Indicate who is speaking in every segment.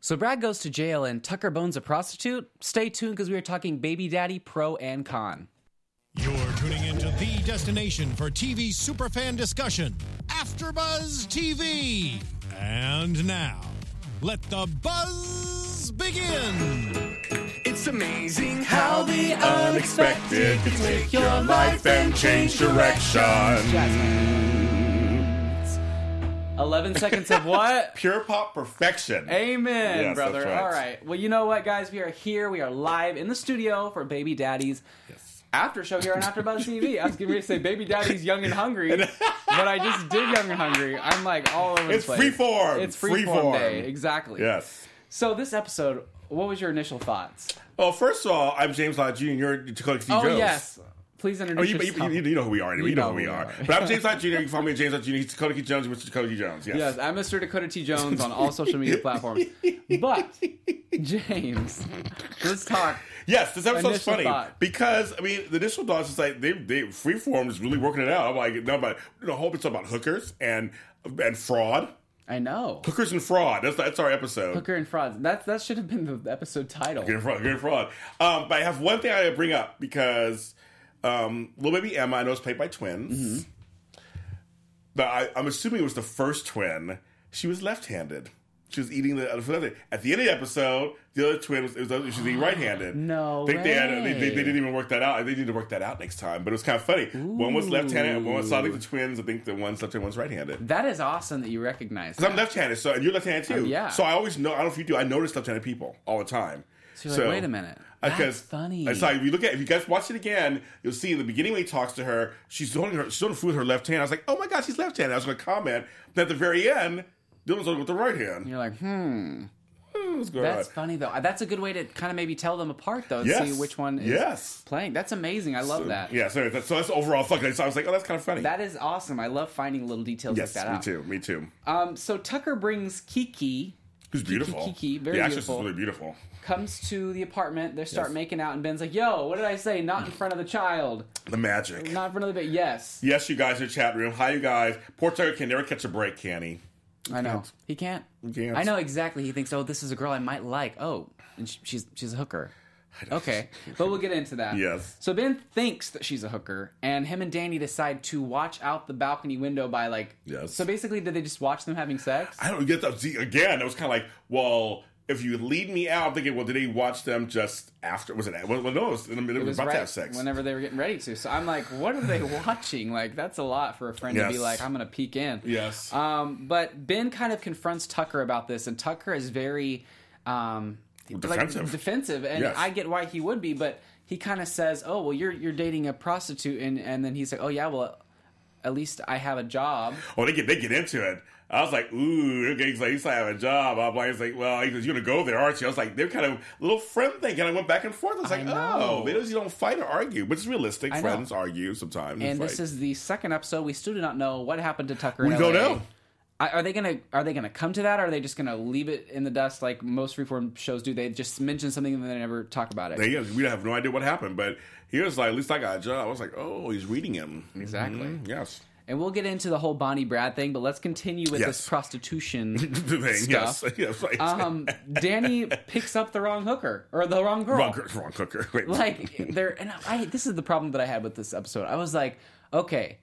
Speaker 1: So Brad goes to jail and Tucker bones a prostitute? Stay tuned because we are talking baby daddy pro and con.
Speaker 2: You're tuning into the destination for TV superfan discussion, AfterBuzz TV. And now, let the buzz begin.
Speaker 3: It's amazing how the unexpected can take your life and change direction.
Speaker 1: Jasmine. 11 seconds of what?
Speaker 3: Pure pop perfection.
Speaker 1: Amen,
Speaker 3: Yes,
Speaker 1: brother.
Speaker 3: that's right.
Speaker 1: All right. Well, you know what, guys? We are here. We are live in the studio for Baby Daddy's after show here on AfterBuzz TV. I was getting ready to say Baby Daddy's Young and Hungry, but I just did Young and Hungry. I'm like all over
Speaker 3: It's
Speaker 1: the place.
Speaker 3: freeform.
Speaker 1: It's freeform,
Speaker 3: Freeform.
Speaker 1: day. Exactly.
Speaker 3: Yes.
Speaker 1: So this episode, what was your initial thoughts?
Speaker 3: Well, first of all, I'm James Lott Jr. You're Dakota Steve
Speaker 1: Oh
Speaker 3: Jones.
Speaker 1: yes. Please
Speaker 3: Oh,
Speaker 1: introduce
Speaker 3: you, you,
Speaker 1: yourself.
Speaker 3: you- you know who we are. You,
Speaker 1: You
Speaker 3: know,
Speaker 1: know
Speaker 3: who we
Speaker 1: who we
Speaker 3: are.
Speaker 1: are.
Speaker 3: But I'm James Lott Jr. You can follow me at James Lott Jr. He's Dakota Key Jones, Mr. Dakota Key Jones. Yes.
Speaker 1: Yes, I'm Mr. Dakota T. Jones on all social media platforms. But James, let's talk.
Speaker 3: Yes, this episode's
Speaker 1: Initial
Speaker 3: funny
Speaker 1: thought.
Speaker 3: because I mean the initial thoughts is like they they freeform is really working it out. I'm like no, but the whole bitch about hookers and and fraud,
Speaker 1: I know.
Speaker 3: hookers and fraud. That's that's our episode.
Speaker 1: Hooker and frauds. That that should have been the episode title.
Speaker 3: Good fraud, good fraud. Um, but I have one thing I bring up because um, little baby Emma, I know is played by twins,
Speaker 1: Mm-hmm.
Speaker 3: but I, I'm assuming it was the first twin. She was left-handed. She was eating the other twin. At the end of the episode, the other twin was, it was she was eating right-handed.
Speaker 1: No
Speaker 3: I think they, had, they, they,
Speaker 1: way.
Speaker 3: they didn't even work that out. They need to work that out next time. But it was kind of funny. One was left-handed, and one was so I think the twins. I think the one's left-handed, one's right-handed.
Speaker 1: That is awesome that you recognize.
Speaker 3: Because
Speaker 1: That.
Speaker 3: I'm left-handed, so and you're left-handed too.
Speaker 1: Um, yeah.
Speaker 3: So I always know. I don't know if you do. I notice left-handed people all the time.
Speaker 1: So you're like, wait a minute. That's funny.
Speaker 3: It's like if you look at if you guys watch it again, you'll see in the beginning when he talks to her, she's holding her she's holding food with her left hand. I was like, oh my god, she's left-handed. I was going to comment, but at the very end, Dylan's holding it with the right hand.
Speaker 1: You're like,
Speaker 3: Uh,
Speaker 1: hmm.
Speaker 3: Hmm, What's going
Speaker 1: That's
Speaker 3: on?
Speaker 1: funny though. Uh, That's a good way to kind of maybe tell them apart though and
Speaker 3: Yes.
Speaker 1: see which one is
Speaker 3: Yes.
Speaker 1: playing. That's amazing. I love that.
Speaker 3: Yeah. So that's, so that's overall fucking. So I was like, oh, that's kind of funny.
Speaker 1: That is awesome. I love finding little details
Speaker 3: yes,
Speaker 1: like that
Speaker 3: me
Speaker 1: out.
Speaker 3: too. Me too.
Speaker 1: Um, so Tucker brings Kiki,
Speaker 3: Who's beautiful?
Speaker 1: Kiki, very
Speaker 3: yeah, actually, she's
Speaker 1: beautiful.
Speaker 3: really beautiful.
Speaker 1: comes to the apartment. They start
Speaker 3: Yes.
Speaker 1: making out, and Ben's like, "Yo, what did I say? Not in front of the child.
Speaker 3: The magic.
Speaker 1: Not in front of the bit. Yes,
Speaker 3: Yes, you guys in the chat room. Hi, you guys. Poor Tucker can never catch a break, can he?
Speaker 1: I know he can't.
Speaker 3: can't.
Speaker 1: I know exactly. He thinks, "Oh, this is a girl I might like." Oh, and sh- she's she's a hooker. Okay, but we'll get into that.
Speaker 3: Yes.
Speaker 1: So Ben thinks that she's a hooker, and him and Danny decide to watch out the balcony window by like.
Speaker 3: Yes.
Speaker 1: So basically, did they just watch them having sex?
Speaker 3: I don't get that. See, again, it was kind of like, well, if you lead me out, I'm thinking, well, did they watch them just after? Was it? Well, well, no, it was in the middle. We were about to have sex.
Speaker 1: whenever they were getting ready to. So I'm like, what are they watching? Like that's a lot for a friend to be
Speaker 3: Yes.
Speaker 1: like, I'm gonna peek in.
Speaker 3: Yes.
Speaker 1: Um, but Ben kind of confronts Tucker about this, and Tucker is very um,
Speaker 3: Defensive.
Speaker 1: Like, defensive, and
Speaker 3: Yes.
Speaker 1: I get why he would be, but he kind of says, "Oh, well, you're you're dating a prostitute," and and then he's like, "Oh yeah, well." At least I have a job.
Speaker 3: oh, they get they get into it. I was like, ooh, okay, he's like, he's like, I have a job. I'm like, he's like, well, he goes, you're gonna go there, aren't you? I was like, they're kind of little friend thing, and I went back and forth. I was
Speaker 1: I
Speaker 3: like,
Speaker 1: know.
Speaker 3: oh, they just don't fight or argue, which is realistic.
Speaker 1: I know.
Speaker 3: Friends argue sometimes.
Speaker 1: And
Speaker 3: fight.
Speaker 1: this is the second episode. We still do not know what happened to Tucker. in
Speaker 3: We don't
Speaker 1: LA.
Speaker 3: know.
Speaker 1: I- Are they gonna Are they gonna come to that? Or are they just gonna leave it in the dust like most reform shows do? They just mention something and then they never talk about it.
Speaker 3: They- yes, we have no idea what happened, but he was like, at least I got a job. I was like, oh, he's reading him.
Speaker 1: Exactly.
Speaker 3: Mhm, yes.
Speaker 1: And we'll get into the whole Bonnie Brad thing, but let's continue with this
Speaker 3: Yes.
Speaker 1: prostitution
Speaker 3: The thing,
Speaker 1: stuff.
Speaker 3: yes. yes like,
Speaker 1: Um, Danny picks up the wrong hooker or the wrong girl.
Speaker 3: wrong, cur- wrong cooker. Wait.
Speaker 1: Like there, and I. This is the problem that I had with this episode. I was like, okay,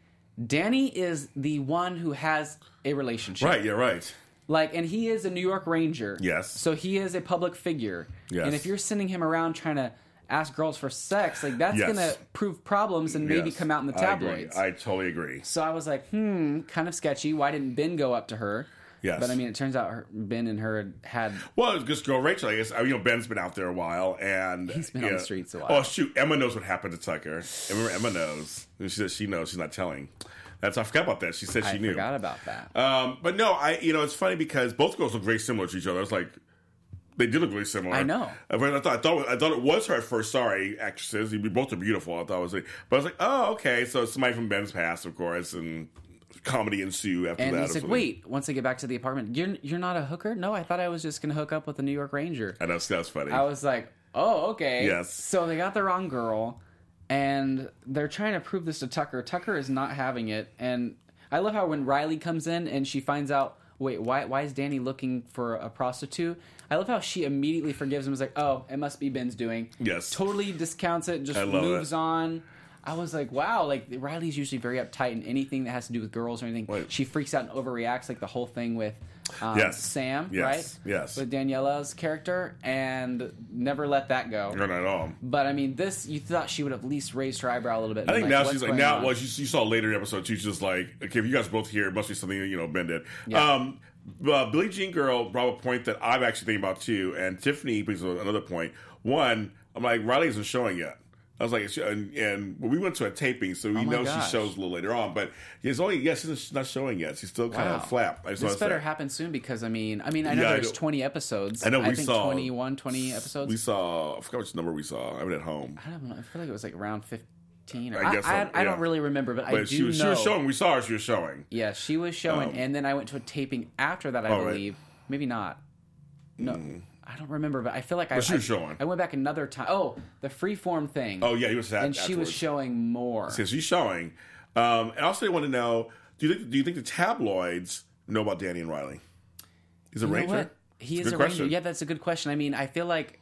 Speaker 1: Danny is the one who has a relationship,
Speaker 3: Right, you're right.
Speaker 1: Like, and he is a New York Ranger.
Speaker 3: Yes.
Speaker 1: So he is a public figure.
Speaker 3: Yes.
Speaker 1: And if you're sending him around trying to ask girls for sex, like that's
Speaker 3: Yes.
Speaker 1: gonna prove problems and maybe
Speaker 3: Yes.
Speaker 1: come out in the
Speaker 3: I agree.
Speaker 1: tabloids.
Speaker 3: I, totally agree.
Speaker 1: So I was like, hmm, kind of sketchy. Why didn't Ben go up to her?
Speaker 3: Yes.
Speaker 1: But I mean, it turns out her, Ben and her had.
Speaker 3: Well, it's just girl Rachel, I guess. I mean, you know, Ben's been out there a while, and
Speaker 1: He's been on the streets a while.
Speaker 3: Oh shoot, Emma knows what happened to Tucker. And remember, Emma knows. She says she knows. She's not telling. That's I forgot about that. She said she
Speaker 1: I
Speaker 3: knew.
Speaker 1: forgot about that.
Speaker 3: Um, but no, I you know it's funny because both girls look very similar to each other. I was like, they do look really similar.
Speaker 1: I know.
Speaker 3: I, mean, I thought I thought I thought it was her at first. Sorry, actresses. You both are beautiful. I thought it was, like, but I was like, oh okay. So it's somebody from Ben's past, of course, and comedy ensue after
Speaker 1: and
Speaker 3: that.
Speaker 1: he
Speaker 3: or
Speaker 1: said,
Speaker 3: something.
Speaker 1: "Wait." Once I get back to the apartment, you're you're not a hooker? No, I thought I was just gonna hook up with a New York Ranger.
Speaker 3: and that's that's funny.
Speaker 1: I was like, "Oh, okay."
Speaker 3: Yes.
Speaker 1: So they got the wrong girl, and they're trying to prove this to Tucker. Tucker is not having it, and I love how when Riley comes in and she finds out. wait, why why is Danny looking for a prostitute? I love how she immediately forgives him. Is like, oh, it must be Ben's doing.
Speaker 3: Yes.
Speaker 1: totally discounts it. Just
Speaker 3: I love
Speaker 1: moves
Speaker 3: it.
Speaker 1: on. I was like, wow, like Riley's usually very uptight in anything that has to do with girls or anything.
Speaker 3: Wait.
Speaker 1: She freaks out and overreacts, like the whole thing with um,
Speaker 3: Yes.
Speaker 1: Sam,
Speaker 3: Yes.
Speaker 1: right?
Speaker 3: Yes.
Speaker 1: With Daniela's character, and never let that go.
Speaker 3: Not at all.
Speaker 1: But I mean, this you thought she would at least raise her eyebrow a little bit.
Speaker 3: I think now
Speaker 1: what's
Speaker 3: she's like
Speaker 1: going
Speaker 3: now.
Speaker 1: on?
Speaker 3: Well, you, you saw later in the episode, she's just like, okay, if you guys both here, it must be something that, you know Ben did.
Speaker 1: Yeah.
Speaker 3: Um, but Billie Jean Girl brought up a point that I'm actually thinking about too, and Tiffany brings up another point. One, I'm like Riley isn't showing yet. I was like, she- and, and well, we went to a taping, so we
Speaker 1: Oh my
Speaker 3: know
Speaker 1: gosh.
Speaker 3: she shows a little later on. But it's only yes, she's not showing yet. She's still kind
Speaker 1: Wow.
Speaker 3: of flap. I just
Speaker 1: this
Speaker 3: wanna say.
Speaker 1: better happen soon because I mean, I mean, I know
Speaker 3: Yeah, I
Speaker 1: there's
Speaker 3: know.
Speaker 1: 20 episodes.
Speaker 3: I know, we
Speaker 1: think
Speaker 3: saw-
Speaker 1: 21, 20 episodes.
Speaker 3: We saw. I forgot which number we saw. I mean, at home.
Speaker 1: I don't know. I feel like it was like round 15. Or,
Speaker 3: I
Speaker 1: I,
Speaker 3: guess
Speaker 1: I,
Speaker 3: so,
Speaker 1: I
Speaker 3: yeah.
Speaker 1: don't really remember, but, I do
Speaker 3: But she was,
Speaker 1: know.
Speaker 3: she was showing. We saw her. She was showing.
Speaker 1: Yeah, she was showing,
Speaker 3: Um,
Speaker 1: and then I went to a taping after that. I
Speaker 3: Oh, right. Mm.
Speaker 1: believe maybe not. No, I don't remember, but I feel like I,
Speaker 3: But she was
Speaker 1: I-
Speaker 3: showing.
Speaker 1: I went back another time. Oh, the freeform thing.
Speaker 3: Oh yeah, he was.
Speaker 1: and she was
Speaker 3: showing.
Speaker 1: showing more.
Speaker 3: since she's showing. Um, and also, they want to know: Do you think do you think the tabloids know about Danny and Riley? He's a
Speaker 1: You know
Speaker 3: ranger.
Speaker 1: what? He
Speaker 3: It's
Speaker 1: is
Speaker 3: a
Speaker 1: a
Speaker 3: good
Speaker 1: ranger.
Speaker 3: question.
Speaker 1: Yeah, that's a good question. I mean, I feel like.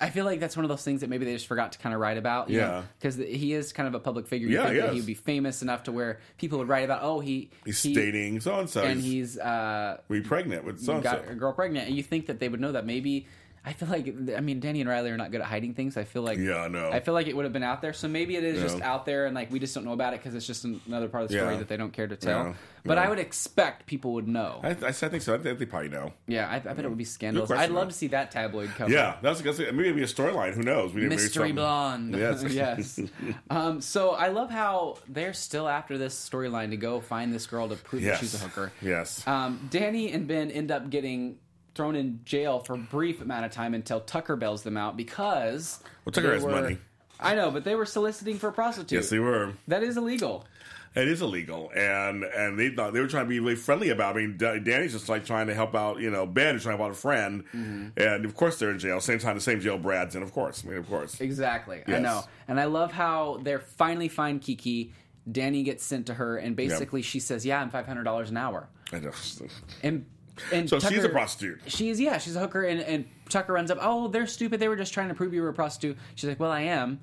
Speaker 1: I feel like that's one of those things that maybe they just forgot to kind of write about.
Speaker 3: Yeah.
Speaker 1: Because he is kind of a public figure.
Speaker 3: Yeah,
Speaker 1: yeah,
Speaker 3: he
Speaker 1: that
Speaker 3: is.
Speaker 1: he would be famous enough to where people would write about, oh, he.
Speaker 3: He's
Speaker 1: he-
Speaker 3: dating so and so.
Speaker 1: And
Speaker 3: He's
Speaker 1: he's uh,
Speaker 3: we pregnant with so and
Speaker 1: got a
Speaker 3: so.
Speaker 1: girl pregnant. And you think that they would know that. Maybe. I feel like. I mean, Danny and Riley are not good at hiding things. I feel like.
Speaker 3: Yeah, I know.
Speaker 1: I feel like it would have been out there. So maybe it is just
Speaker 3: Yeah.
Speaker 1: out there and like we just don't know about it because it's just another part of the story
Speaker 3: Yeah.
Speaker 1: that they don't care to tell.
Speaker 3: Yeah.
Speaker 1: But
Speaker 3: Yeah.
Speaker 1: I would expect people would know.
Speaker 3: I, I, I think so. I think they probably know.
Speaker 1: Yeah, I, I bet it would be scandalous.
Speaker 3: question,
Speaker 1: I'd love
Speaker 3: though.
Speaker 1: to see that tabloid cover.
Speaker 3: Yeah, that's, that's maybe it'd be a storyline. Who knows? We need to make
Speaker 1: Mystery
Speaker 3: something-
Speaker 1: Blonde.
Speaker 3: Yes.
Speaker 1: yes. Um, so I love how they're still after this storyline to go find this girl to prove
Speaker 3: Yes.
Speaker 1: that she's a hooker.
Speaker 3: Yes.
Speaker 1: Um, Danny and Ben end up getting thrown in jail for a brief amount of time until Tucker bails them out because
Speaker 3: Well, Tucker
Speaker 1: they
Speaker 3: has
Speaker 1: were-
Speaker 3: money.
Speaker 1: I know, but they were soliciting for prostitutes.
Speaker 3: yes, they were.
Speaker 1: That is illegal.
Speaker 3: It is illegal, and and they thought they were trying to be really friendly about. It. I mean, Da- Danny's just like trying to help out, you know, Ben is trying to help out a friend,
Speaker 1: Mm-hmm.
Speaker 3: and of course they're in jail. Same time, the same jail Brad's in, of course. I mean, of course.
Speaker 1: Exactly. I
Speaker 3: Yes.
Speaker 1: know. And I love how they're finally find Kiki. Danny gets sent to her, and basically she says, "Yeah, I'm five hundred dollars an hour."
Speaker 3: I know.
Speaker 1: And and
Speaker 3: So she's a
Speaker 1: Tucker-
Speaker 3: prostitute.
Speaker 1: She's yeah, she's a hooker, and, and Tucker runs up. Oh, they're stupid. They were just trying to prove you were a prostitute. She's like, well, I am.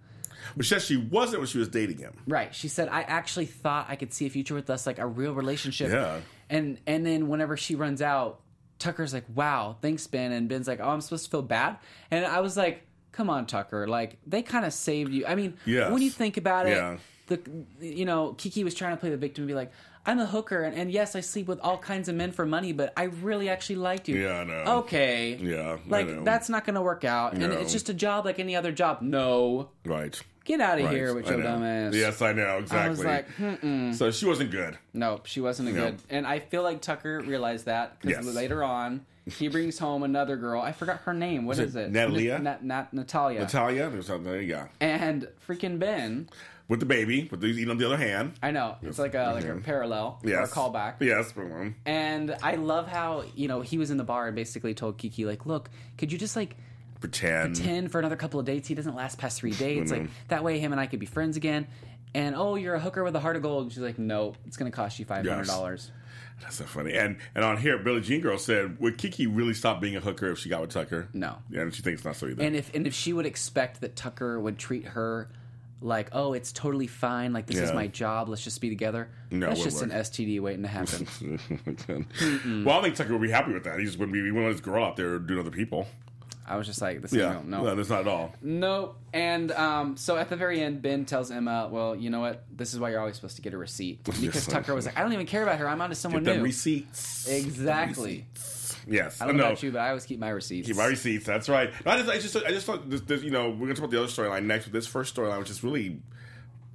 Speaker 3: But she said she wasn't when she was dating him.
Speaker 1: Right. She said, I actually thought I could see a future with us, like a real relationship.
Speaker 3: Yeah.
Speaker 1: And and then whenever she runs out, Tucker's like, wow, thanks, Ben. And Ben's like, oh, I'm supposed to feel bad. And I was like, come on, Tucker. Like they kind of saved you. I mean,
Speaker 3: Yes.
Speaker 1: when you think about it,
Speaker 3: Yeah.
Speaker 1: the you know Kiki was trying to play the victim and be like. I'm a hooker, and, and yes, I sleep with all kinds of men for money, but I really actually liked you.
Speaker 3: Yeah, I know.
Speaker 1: Okay.
Speaker 3: Yeah, I
Speaker 1: Like,
Speaker 3: know.
Speaker 1: that's not going to work out. And
Speaker 3: No.
Speaker 1: it's just a job like any other job. No.
Speaker 3: Right.
Speaker 1: Get out of
Speaker 3: right.
Speaker 1: here with
Speaker 3: I
Speaker 1: your
Speaker 3: know.
Speaker 1: dumb ass.
Speaker 3: Yes, I know, exactly.
Speaker 1: I was like, hmm,
Speaker 3: so she wasn't good.
Speaker 1: nope, she wasn't a
Speaker 3: Yeah.
Speaker 1: good. And I feel like Tucker realized that because
Speaker 3: Yes.
Speaker 1: later on, he brings home another girl. I forgot her name. What is
Speaker 3: it
Speaker 1: it?
Speaker 3: Natalia?
Speaker 1: Na- Na- Natalia.
Speaker 3: Natalia, there's something, yeah.
Speaker 1: and freaking Ben.
Speaker 3: With the baby, with the eating on the other hand.
Speaker 1: I know it's like a like a parallel or a
Speaker 3: Yes.
Speaker 1: callback.
Speaker 3: Yes. mhm.
Speaker 1: And I love how you know he was in the bar and basically told Kiki like, look, could you just like
Speaker 3: Pretend.
Speaker 1: ten for another couple of dates? He doesn't last past three dates.
Speaker 3: Mm-hmm.
Speaker 1: like that way, him and I could be friends again. And oh, you're a hooker with a heart of gold. And she's like, nope, it's gonna cost you five hundred dollars.
Speaker 3: That's so funny. And and on here, Billie Jean Girl said, would Kiki really stop being a hooker if she got with Tucker?
Speaker 1: No.
Speaker 3: Yeah, and she thinks not so either.
Speaker 1: and if and if she would expect that Tucker would treat her like, oh, it's totally fine, like this is
Speaker 3: Yeah.
Speaker 1: my job, let's just be together.
Speaker 3: No,
Speaker 1: that's
Speaker 3: it
Speaker 1: just an
Speaker 3: wouldn't.
Speaker 1: STD waiting to happen.
Speaker 3: well, I don't think Tucker would be happy with that. He just wouldn't be, he wouldn't let his girl out there doing other people.
Speaker 1: I was just like, this
Speaker 3: Yeah.
Speaker 1: I don't know.
Speaker 3: No, that's not at all.
Speaker 1: Nope. And um, so at the very end, Ben tells Emma, "Well, you know what? This is why you're always supposed to get a receipt because
Speaker 3: Yes.
Speaker 1: Tucker was like, I don't even care about her. I'm onto someone
Speaker 3: Them
Speaker 1: new.
Speaker 3: receipts.
Speaker 1: exactly.
Speaker 3: Yes.
Speaker 1: I don't know
Speaker 3: no.
Speaker 1: about you, but I always keep my receipts.
Speaker 3: Keep our receipts. That's right. No, I just, I just, I just thought this, this, you know, we're gonna talk about the other storyline next, but this first storyline, which is really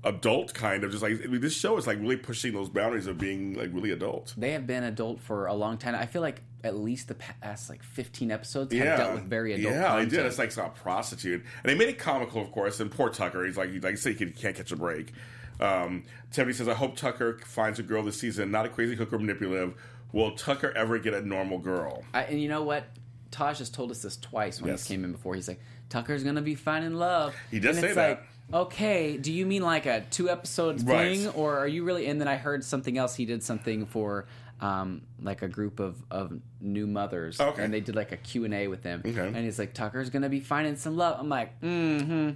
Speaker 3: adult kind of, just like I mean, this show is like really pushing those boundaries of being like really adult.
Speaker 1: they have been adult for a long time. I feel like at least the past like 15 episodes have
Speaker 3: Yeah,
Speaker 1: dealt with very adult.
Speaker 3: Yeah,
Speaker 1: content.
Speaker 3: they did. It's like it's not prostitute, and they made it comical, of course. And poor Tucker, he's like, like you said, he can't catch a break. Um, Tiffany says, "I hope Tucker finds a girl this season, not a crazy hooker, manipulative. Will Tucker ever get a normal girl?"
Speaker 1: I, and you know what? Taj has told us this twice when
Speaker 3: Yes.
Speaker 1: he came in before. He's like, Tucker's gonna be finding love.
Speaker 3: He does
Speaker 1: and
Speaker 3: say that.
Speaker 1: Like, okay, do you mean like a two episode
Speaker 3: Right.
Speaker 1: fling, or are you really? And then I heard something else. He did something for um, like a group of, of new mothers,
Speaker 3: Okay.
Speaker 1: and they did like a Q and A with them.
Speaker 3: Okay.
Speaker 1: And he's like, Tucker's gonna be finding some love. I'm like, mm-hmm.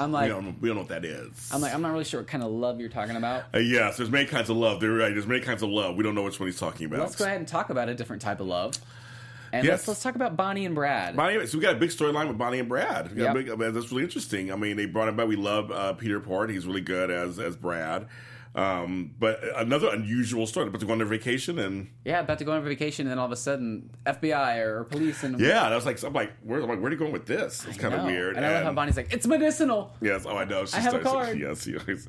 Speaker 1: I'm
Speaker 3: We
Speaker 1: like,
Speaker 3: don't, know- we don't know what that is.
Speaker 1: I'm like, I'm not really sure what kind of love you're talking about.
Speaker 3: Uh, yes, there's many kinds of love. They're right. There's many kinds of love. We don't know which one he's talking about.
Speaker 1: Let's go ahead and talk about a different type of love, and
Speaker 3: Yes.
Speaker 1: let's let's talk about Bonnie and Brad.
Speaker 3: Bonnie, so we got a big storyline with Bonnie and Brad. We got a
Speaker 1: Yep.
Speaker 3: big- uh, that's really interesting. I mean, they brought him back. We love uh, Peter Port. He's really good as as Brad. Um, but another unusual story. They're About to go on their vacation and
Speaker 1: Yeah, about to go on vacation, and then all of a sudden, FBI or police and
Speaker 3: yeah, and I was like, I'm like, where, I'm like, where are you going with this? It's kind of
Speaker 1: No.
Speaker 3: weird.
Speaker 1: And I love how Bonnie's like, it's medicinal.
Speaker 3: Yes, oh, I know. She
Speaker 1: I have a
Speaker 3: starts-
Speaker 1: card.
Speaker 3: Yes, she always-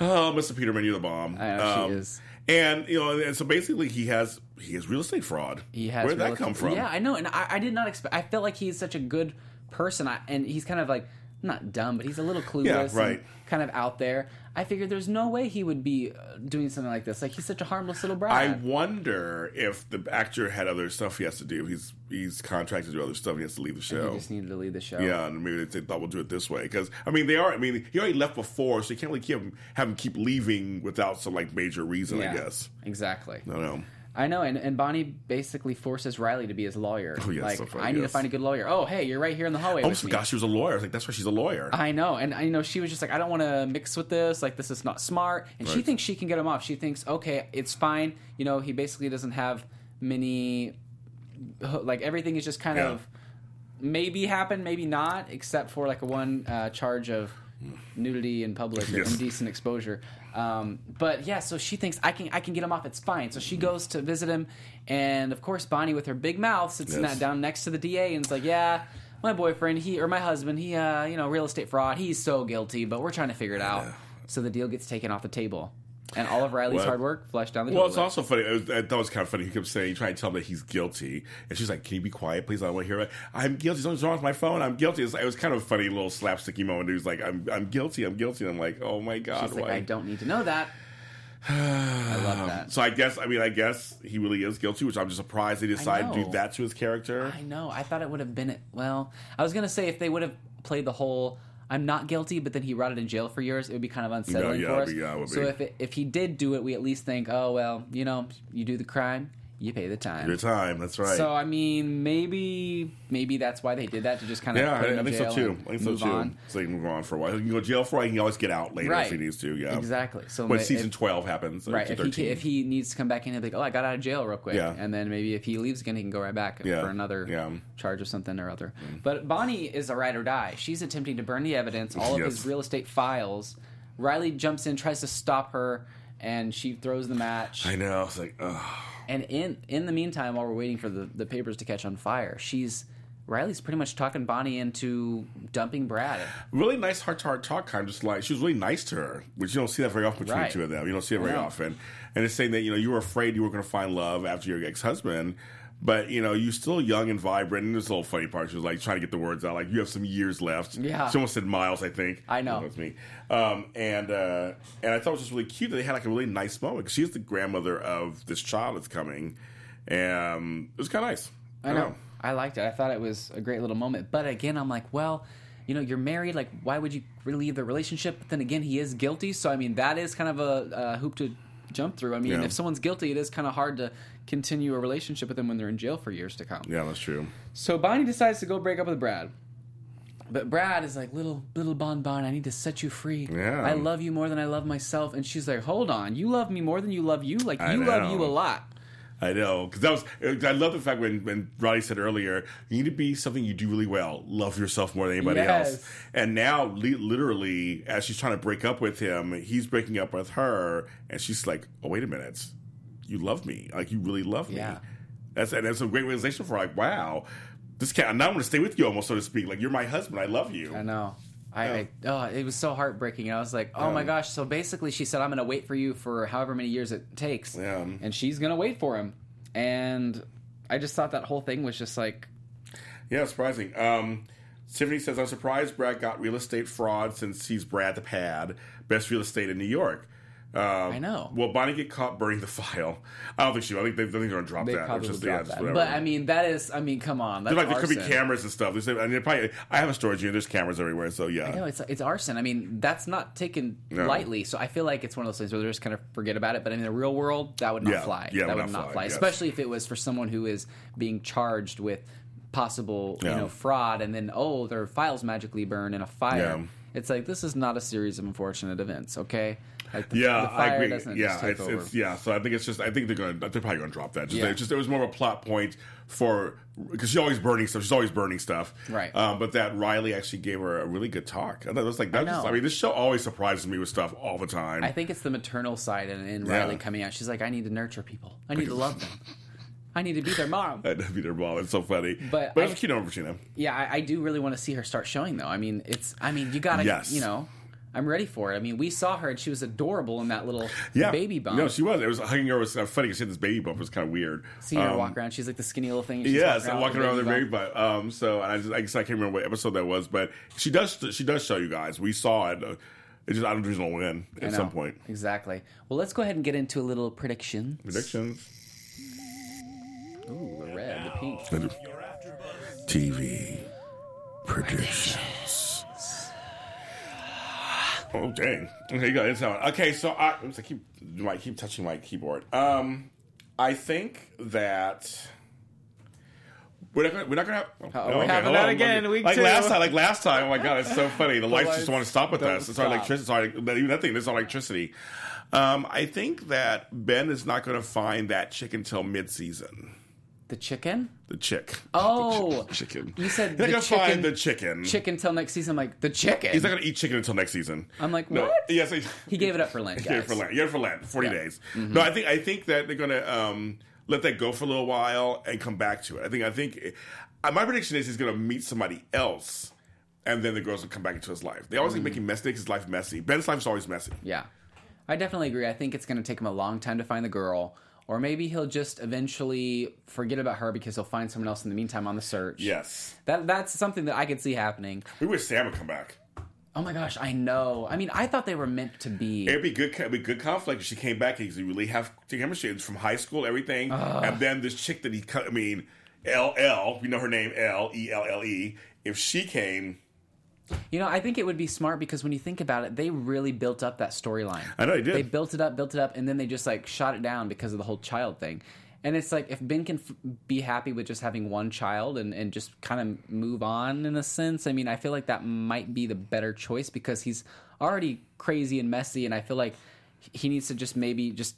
Speaker 3: Oh, Mr. Peterman, you're the bomb. Um,
Speaker 1: I know, she is.
Speaker 3: And you know, and so basically, he has he has real estate fraud.
Speaker 1: He has
Speaker 3: Where'd that
Speaker 1: real-
Speaker 3: come from?
Speaker 1: Yeah, I know, and I, I did not expect. I felt like he's such a good person, I, and he's kind of like not dumb, but he's a little clueless, and
Speaker 3: right.
Speaker 1: kind of out there. I figured there's no way he would be uh, doing something like this. Like he's such a harmless little brat.
Speaker 3: I wonder if the actor had other stuff he has to do. He's he's contracted to do other stuff. He has to leave the
Speaker 1: he
Speaker 3: show.
Speaker 1: just needed to leave the show.
Speaker 3: Yeah, and maybe they thought we'll do it this way because I mean they are. I mean he already left before, so you can't really keep him, have him keep leaving without some like major reason.
Speaker 1: Yeah,
Speaker 3: I guess.
Speaker 1: exactly.
Speaker 3: I don't know.
Speaker 1: I know, and, and Bonnie basically forces Riley to be his lawyer.
Speaker 3: Oh, yes,
Speaker 1: like
Speaker 3: so funny,
Speaker 1: I need to
Speaker 3: yes.
Speaker 1: find a good lawyer. Oh, hey, you're right here in the hallway.
Speaker 3: Oh
Speaker 1: with me.
Speaker 3: gosh, she was a lawyer. I was like, that's why she's a lawyer.
Speaker 1: I know, and I you know she was just like, I don't want to mix with this. Like, this is not smart. And she
Speaker 3: Right.
Speaker 1: thinks she can get him off. She thinks, okay, it's fine. You know, he basically doesn't have many. Like everything is just kind
Speaker 3: Yeah.
Speaker 1: of maybe happened, maybe not, except for like a one uh, charge of nudity in public or
Speaker 3: Yes.
Speaker 1: indecent exposure. Um, but yeah, so she thinks I can I can get him off. It's fine. So she goes to visit him, and of course Bonnie with her big mouth sits in
Speaker 3: Yes.
Speaker 1: that down next to the DA and is like, yeah. My boyfriend, he or my husband, he uh, you know, real estate fraud. He's so guilty, but we're trying to figure it out. So the deal gets taken off the table, and all of Riley's
Speaker 3: Well-
Speaker 1: hard work flushed down the
Speaker 3: Well,
Speaker 1: toilet.
Speaker 3: it's also funny. It was, that was kind of funny. He kept saying, trying to tell him that he's guilty, and she's like, "Can you be quiet, please? I don't want to hear it. I'm guilty. Something's wrong with my phone. I'm guilty." It was, it was kind of a funny little slapsticky moment. He was like, "I'm, I'm guilty. I'm guilty." And I'm like, "Oh my god,
Speaker 1: She's like,
Speaker 3: why?"
Speaker 1: I don't need to know that. I love that.
Speaker 3: Um, so I guess, I mean, I guess he really is guilty, which I'm just surprised they decided to do
Speaker 1: know.
Speaker 3: that to his character.
Speaker 1: I know. I thought it would have been it. Well, I was gonna say if they would have played the whole "I'm not guilty," but then he rotted in jail for years, it would be kind of unsettling
Speaker 3: yeah,
Speaker 1: for
Speaker 3: it'd
Speaker 1: us.
Speaker 3: be- yeah, it would
Speaker 1: so
Speaker 3: be.
Speaker 1: if it, if he did do it, we at least think, oh well, you know, you do the crime, you pay the time.
Speaker 3: Your time, that's right.
Speaker 1: So uh, I mean, maybe maybe that's why they did that to just kind of
Speaker 3: yeah,
Speaker 1: put him
Speaker 3: I, I
Speaker 1: in
Speaker 3: think so
Speaker 1: jail
Speaker 3: too.
Speaker 1: and
Speaker 3: I think so
Speaker 1: move
Speaker 3: too.
Speaker 1: on.
Speaker 3: So he can move on for a while. He can go to jail for a while. He can always get out later
Speaker 1: Right.
Speaker 3: if he needs to. Yeah,
Speaker 1: Exactly. So
Speaker 3: When
Speaker 1: ma-
Speaker 3: season
Speaker 1: if-
Speaker 3: twelve happens,
Speaker 1: Right,
Speaker 3: to
Speaker 1: if he,
Speaker 3: 13.
Speaker 1: ca- if he needs to come back in, he'll be like, "Oh, I got out of jail real quick,"
Speaker 3: Yeah.
Speaker 1: and then maybe if he leaves again, he can go right back
Speaker 3: Yeah,
Speaker 1: for another
Speaker 3: yeah. Mm.
Speaker 1: charge of something or other. But Bonnie is a ride or die. She's attempting to burn the evidence, all of
Speaker 3: Yes.
Speaker 1: his real estate files. Riley jumps in, tries to stop her, and she throws the match.
Speaker 3: I know. It's like, ugh.
Speaker 1: And in in the meantime, while we're waiting for the, the papers to catch on fire, she's Riley's pretty much talking Bonnie into dumping Brad.
Speaker 3: really nice heart to heart talk kind of just like she was really nice to her which you don't see that very often between
Speaker 1: Right.
Speaker 3: the two of them you don't see it very
Speaker 1: Yeah.
Speaker 3: often and it's saying that you know you were afraid you were going to find love after your ex-husband but you know you're still young and vibrant and there's a little funny part she was like trying to get the words out like you have some years left
Speaker 1: Yeah.
Speaker 3: she almost said miles i think
Speaker 1: I know.
Speaker 3: that's me um, and uh, and i thought it was just really cute that they had like a really nice moment 'cause she's the grandmother of this child that's coming and it was kind of nice
Speaker 1: I know. I liked it. I thought it was a great little moment. But again, I'm like, well, you know, you're married. Like, why would you really leave the relationship? But then again, he is guilty. So I mean, that is kind of a, a hoop to jump through. I mean,
Speaker 3: Yeah.
Speaker 1: if someone's guilty, it is kind of hard to continue a relationship with them when they're in jail for years to come.
Speaker 3: yeah that's true
Speaker 1: So Bonnie decides to go break up with Brad. But Brad is like, little little Bon Bon, I need to set you free.
Speaker 3: Yeah.
Speaker 1: I love you more than I love myself. And she's like, hold on, you love me more than you love you. Like
Speaker 3: I
Speaker 1: you love
Speaker 3: know.
Speaker 1: you a lot.
Speaker 3: I know because that was. uh, I love the fact when when Roddy said earlier, you need to be something you do really well. Love yourself more than anybody
Speaker 1: Yes.
Speaker 3: else. And now, li- literally, as she's trying to break up with him, he's breaking up with her, and she's like, "Oh, wait a minute, you love me. Like you really love me."
Speaker 1: Yeah.
Speaker 3: That's and that's a great realization for her, like, wow, this cat. Now I'm going to stay with you, almost so to speak. Like you're my husband. I love you.
Speaker 1: I know. I, I oh, it was so heartbreaking. I was like, oh my gosh. So basically, she said, I'm gonna wait for you for however many years it takes,
Speaker 3: Yeah.
Speaker 1: and she's gonna wait for him. And I just thought that whole thing was just like,
Speaker 3: Yeah, surprising. Um, Tiffany says, I'm surprised Brad got real estate fraud since he's Brad the Pad, best real estate in New York. Um, I
Speaker 1: know.
Speaker 3: Will Bonnie get caught burning the file? I don't think she. will. I think they, I think they're gonna drop
Speaker 1: They
Speaker 3: that. It's
Speaker 1: probably
Speaker 3: just-
Speaker 1: would
Speaker 3: yeah,
Speaker 1: drop
Speaker 3: just
Speaker 1: that.
Speaker 3: whatever.
Speaker 1: But I mean, that is, I mean, come on. That's
Speaker 3: They're like there could be
Speaker 1: arson.
Speaker 3: cameras and stuff. They say, and they probably. I have a storage unit. There's cameras everywhere. So yeah.
Speaker 1: No, it's it's arson. I mean, that's not taken
Speaker 3: No.
Speaker 1: lightly. So I feel like it's one of those things where they're just kind of forget about it. But in the real world, that would not
Speaker 3: Yeah.
Speaker 1: fly.
Speaker 3: Yeah,
Speaker 1: that would not fly,
Speaker 3: yes.
Speaker 1: especially if it was for someone who is being charged with possible
Speaker 3: Yeah.
Speaker 1: you know fraud, and then oh, their files magically burn in a fire.
Speaker 3: Yeah.
Speaker 1: It's like this is not a series of unfortunate events. Okay. Like the,
Speaker 3: Yeah,
Speaker 1: the
Speaker 3: I
Speaker 1: fire
Speaker 3: agree.
Speaker 1: doesn't
Speaker 3: Yeah,
Speaker 1: just take
Speaker 3: it's,
Speaker 1: over.
Speaker 3: it's yeah. So I think it's just I think they're gonna they're probably gonna drop that. Just,
Speaker 1: Yeah.
Speaker 3: it's just it was more of a plot point for because she's always burning stuff. She's always burning stuff.
Speaker 1: Right.
Speaker 3: Um, but that Riley actually gave her a really good talk. I thought it was like that. was just,
Speaker 1: know.
Speaker 3: I mean, this show always surprises me with stuff all the time.
Speaker 1: I think it's the maternal side and, and
Speaker 3: Yeah.
Speaker 1: Riley coming out. She's like, I need to nurture people. I need to love them. I need to be their mom.
Speaker 3: That'd be their mom. It's so funny.
Speaker 1: But
Speaker 3: but it's
Speaker 1: I-
Speaker 3: a cute number, Gina.
Speaker 1: yeah, I, I do really want to see her start showing though. I mean, it's I mean, you gotta
Speaker 3: Yes.
Speaker 1: you know, I'm ready for it. I mean, we saw her and she was adorable in that little
Speaker 3: Yeah,
Speaker 1: baby bump.
Speaker 3: No, she was. It was hugging her was uh, funny. 'cause She had this baby bump. It was kind of weird.
Speaker 1: See her
Speaker 3: Um,
Speaker 1: walk around. She's like the skinny little thing. and she's
Speaker 3: Yes, and walking
Speaker 1: with
Speaker 3: around with a baby
Speaker 1: bump.
Speaker 3: butt. Um, so and I just I guess I can't remember what episode that was, but she does she does show you guys. We saw it. Uh, It just I don't think she's gonna win
Speaker 1: I
Speaker 3: at
Speaker 1: know.
Speaker 3: some point.
Speaker 1: Exactly. Well, let's go ahead and get into a little prediction.
Speaker 3: Predictions.
Speaker 1: Ooh, the red, the pink.
Speaker 3: TV predictions. Oh dang! Okay, you got it. So- Okay, so I, oops, I keep I keep touching my keyboard. Um, I think that we're not gonna we're not gonna. Have,
Speaker 1: Uh-oh, we're having that again, week
Speaker 3: like
Speaker 1: two.
Speaker 3: last time, like last time. Oh my god, it's so funny. The lights just
Speaker 1: lights
Speaker 3: don't want to stop with
Speaker 1: don't
Speaker 3: us. It's our
Speaker 1: stop.
Speaker 3: electricity. It's our even that thing. It's our electricity. Um, I think that Ben is not gonna find that chick until mid season.
Speaker 1: The chicken?
Speaker 3: The chick.
Speaker 1: Oh.
Speaker 3: The chi- chicken.
Speaker 1: You said
Speaker 3: They're
Speaker 1: the
Speaker 3: gonna
Speaker 1: chicken-
Speaker 3: find the chicken.
Speaker 1: Chicken till next season. I'm like, the chicken.
Speaker 3: He's not gonna eat chicken until next season.
Speaker 1: I'm like,
Speaker 3: No.
Speaker 1: what?
Speaker 3: Yes, I-
Speaker 1: He gave it up for Lent,
Speaker 3: He gave it
Speaker 1: guys.
Speaker 3: for Lent. Yeah, for Lent. Forty
Speaker 1: Yeah. Mm-hmm.
Speaker 3: days. No, I think I think that they're gonna um, let that go for a little while and come back to it. I think I think uh, my prediction is he's gonna meet somebody else, and then the girls will come back into his life. They
Speaker 1: Mm.
Speaker 3: always make him messy. They make his life messy. Ben's life is always messy.
Speaker 1: Yeah. I definitely agree. I think it's going to take him a long time to find the girl. Or maybe he'll just eventually forget about her because he'll find someone else in the meantime on the search.
Speaker 3: Yes,
Speaker 1: That, that's something that I could see happening.
Speaker 3: we wish Sam would come back.
Speaker 1: Oh my gosh, I know. I mean, I thought they were meant to be.
Speaker 3: It'd be good. It'd be good conflict. if She came back because you really have the chemistry It's from high school, everything, and then this chick that he cut. I mean, L L. We know her name L E L L E. If she came,
Speaker 1: You know, I think it would be smart because when you think about it, they really built up that storyline.
Speaker 3: I know they did.
Speaker 1: They built it up, built it up, and then they just like shot it down because of the whole child thing. And it's like if Ben can f- be happy with just having one child and, and just kind of move on in a sense, I mean, I feel like that might be the better choice because he's already crazy and messy, and I feel like he needs to just maybe just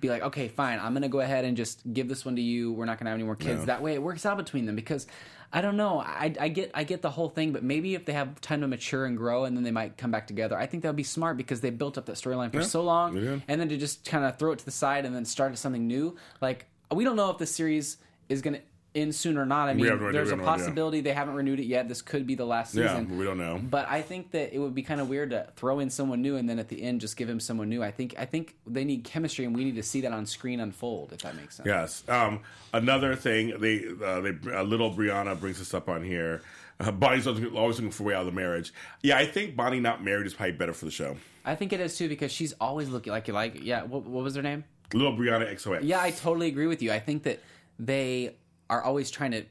Speaker 1: be like, okay, fine, I'm gonna go ahead and just give this one to you. We're not gonna have any more kids. That way, it works out between them because I don't know. I, I get I get the whole thing, but maybe if they have time to mature and grow, and then they might come back together. I think that would be smart because they built up that storyline for so long, and then to just kind of throw it to the side and then start something new. Like we don't know if this series is gonna end soon or not. I mean,
Speaker 3: have no idea,
Speaker 1: there's
Speaker 3: we
Speaker 1: a
Speaker 3: have no idea.
Speaker 1: possibility they haven't renewed it yet. This could be the last
Speaker 3: yeah,
Speaker 1: season.
Speaker 3: we don't know.
Speaker 1: But I think that it would be kind of weird to throw in someone new and then at the end just give him someone new. I think I think they need chemistry and we need to see that on screen unfold if that makes sense.
Speaker 3: Yes. Um, another thing, they uh, they uh, little Brianna brings this up on here. Uh, Bonnie's always always looking for a way out of the marriage. Yeah, I think Bonnie not married is probably better for the show.
Speaker 1: I think it is too because she's always looking like like yeah. What, what was her name?
Speaker 3: Little Brianna XOX.
Speaker 1: Yeah, I totally agree with you. I think that they are always trying to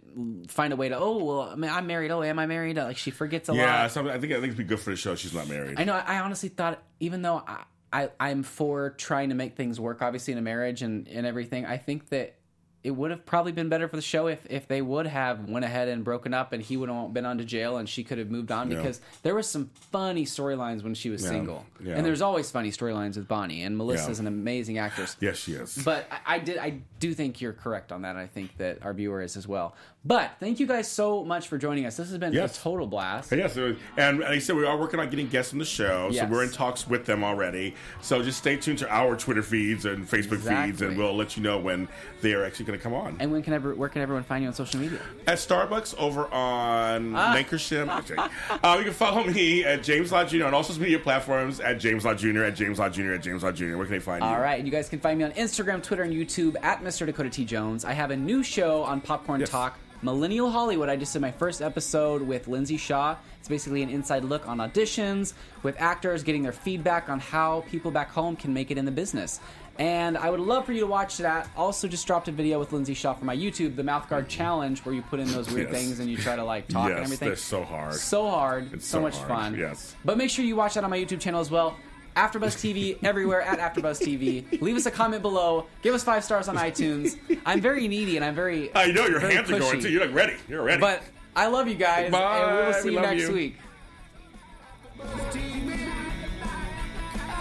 Speaker 1: find a way to oh well I mean, I'm married. Oh, am I married? Like she forgets a
Speaker 3: Yeah,
Speaker 1: lot.
Speaker 3: something, I think I think it'd be good for the show. She's not married.
Speaker 1: I know. I I honestly thought, even though I, I I'm for trying to make things work, obviously in a marriage and and everything, I think that it would have probably been better for the show if if they would have went ahead and broken up, and he would have been on to jail, and she could have moved on because there was some funny storylines when she was single,
Speaker 3: Yeah.
Speaker 1: and there's always funny storylines with Bonnie and Melissa's an
Speaker 3: Yeah.
Speaker 1: amazing actress.
Speaker 3: yes, she is.
Speaker 1: But I, I did. I do think you're correct on that. I think that our viewer is as well. But thank you guys so much for joining us. This has been
Speaker 3: Yes.
Speaker 1: a total blast.
Speaker 3: Yes, it was- and like I said, we are working on getting guests on the show,
Speaker 1: Yes.
Speaker 3: so we're in talks with them already. So just stay tuned to our Twitter feeds and Facebook feeds,
Speaker 1: Exactly.
Speaker 3: and we'll let you know when they are actually going to come on.
Speaker 1: And when can ever, where can everyone find you on social media?
Speaker 3: At Starbucks over on
Speaker 1: Ah.
Speaker 3: Lancashire. Okay. Uh, you can follow me at James Law Jr. on all social media platforms at James Law Jr. at James Law Jr. at James Law Jr. Where can they find you?
Speaker 1: All right, and you guys can find me on Instagram, Twitter, and YouTube at Mr. Dakota T. Jones. I have a new show on Popcorn
Speaker 3: Yes.
Speaker 1: Talk Millennial Hollywood. I just did my first episode with Lindsay Shaw. It's basically an inside look on auditions with actors getting their feedback on how people back home can make it in the business. And I would love for you to watch that. Also, just dropped a video with Lindsay Shaw for my YouTube, the Mouth Guard Challenge, where you put in those weird
Speaker 3: Mm-hmm. Yes.
Speaker 1: things and you try to like talk and
Speaker 3: Yes,
Speaker 1: everything.
Speaker 3: they're so hard.
Speaker 1: So hard.
Speaker 3: It's
Speaker 1: so,
Speaker 3: so
Speaker 1: much
Speaker 3: hard,
Speaker 1: fun.
Speaker 3: yes.
Speaker 1: But make sure you watch that on my YouTube channel as well. AfterBuzz TV everywhere at AfterBuzz TV. Leave us a comment below. Give us five stars on iTunes. I'm very needy and I'm very.
Speaker 3: I know your
Speaker 1: very
Speaker 3: hands are going
Speaker 1: pushy.
Speaker 3: too. You look ready. You're ready.
Speaker 1: But I love you guys,
Speaker 3: Bye.
Speaker 1: and we will see
Speaker 3: We
Speaker 1: you
Speaker 3: love
Speaker 1: next
Speaker 3: you.
Speaker 1: week.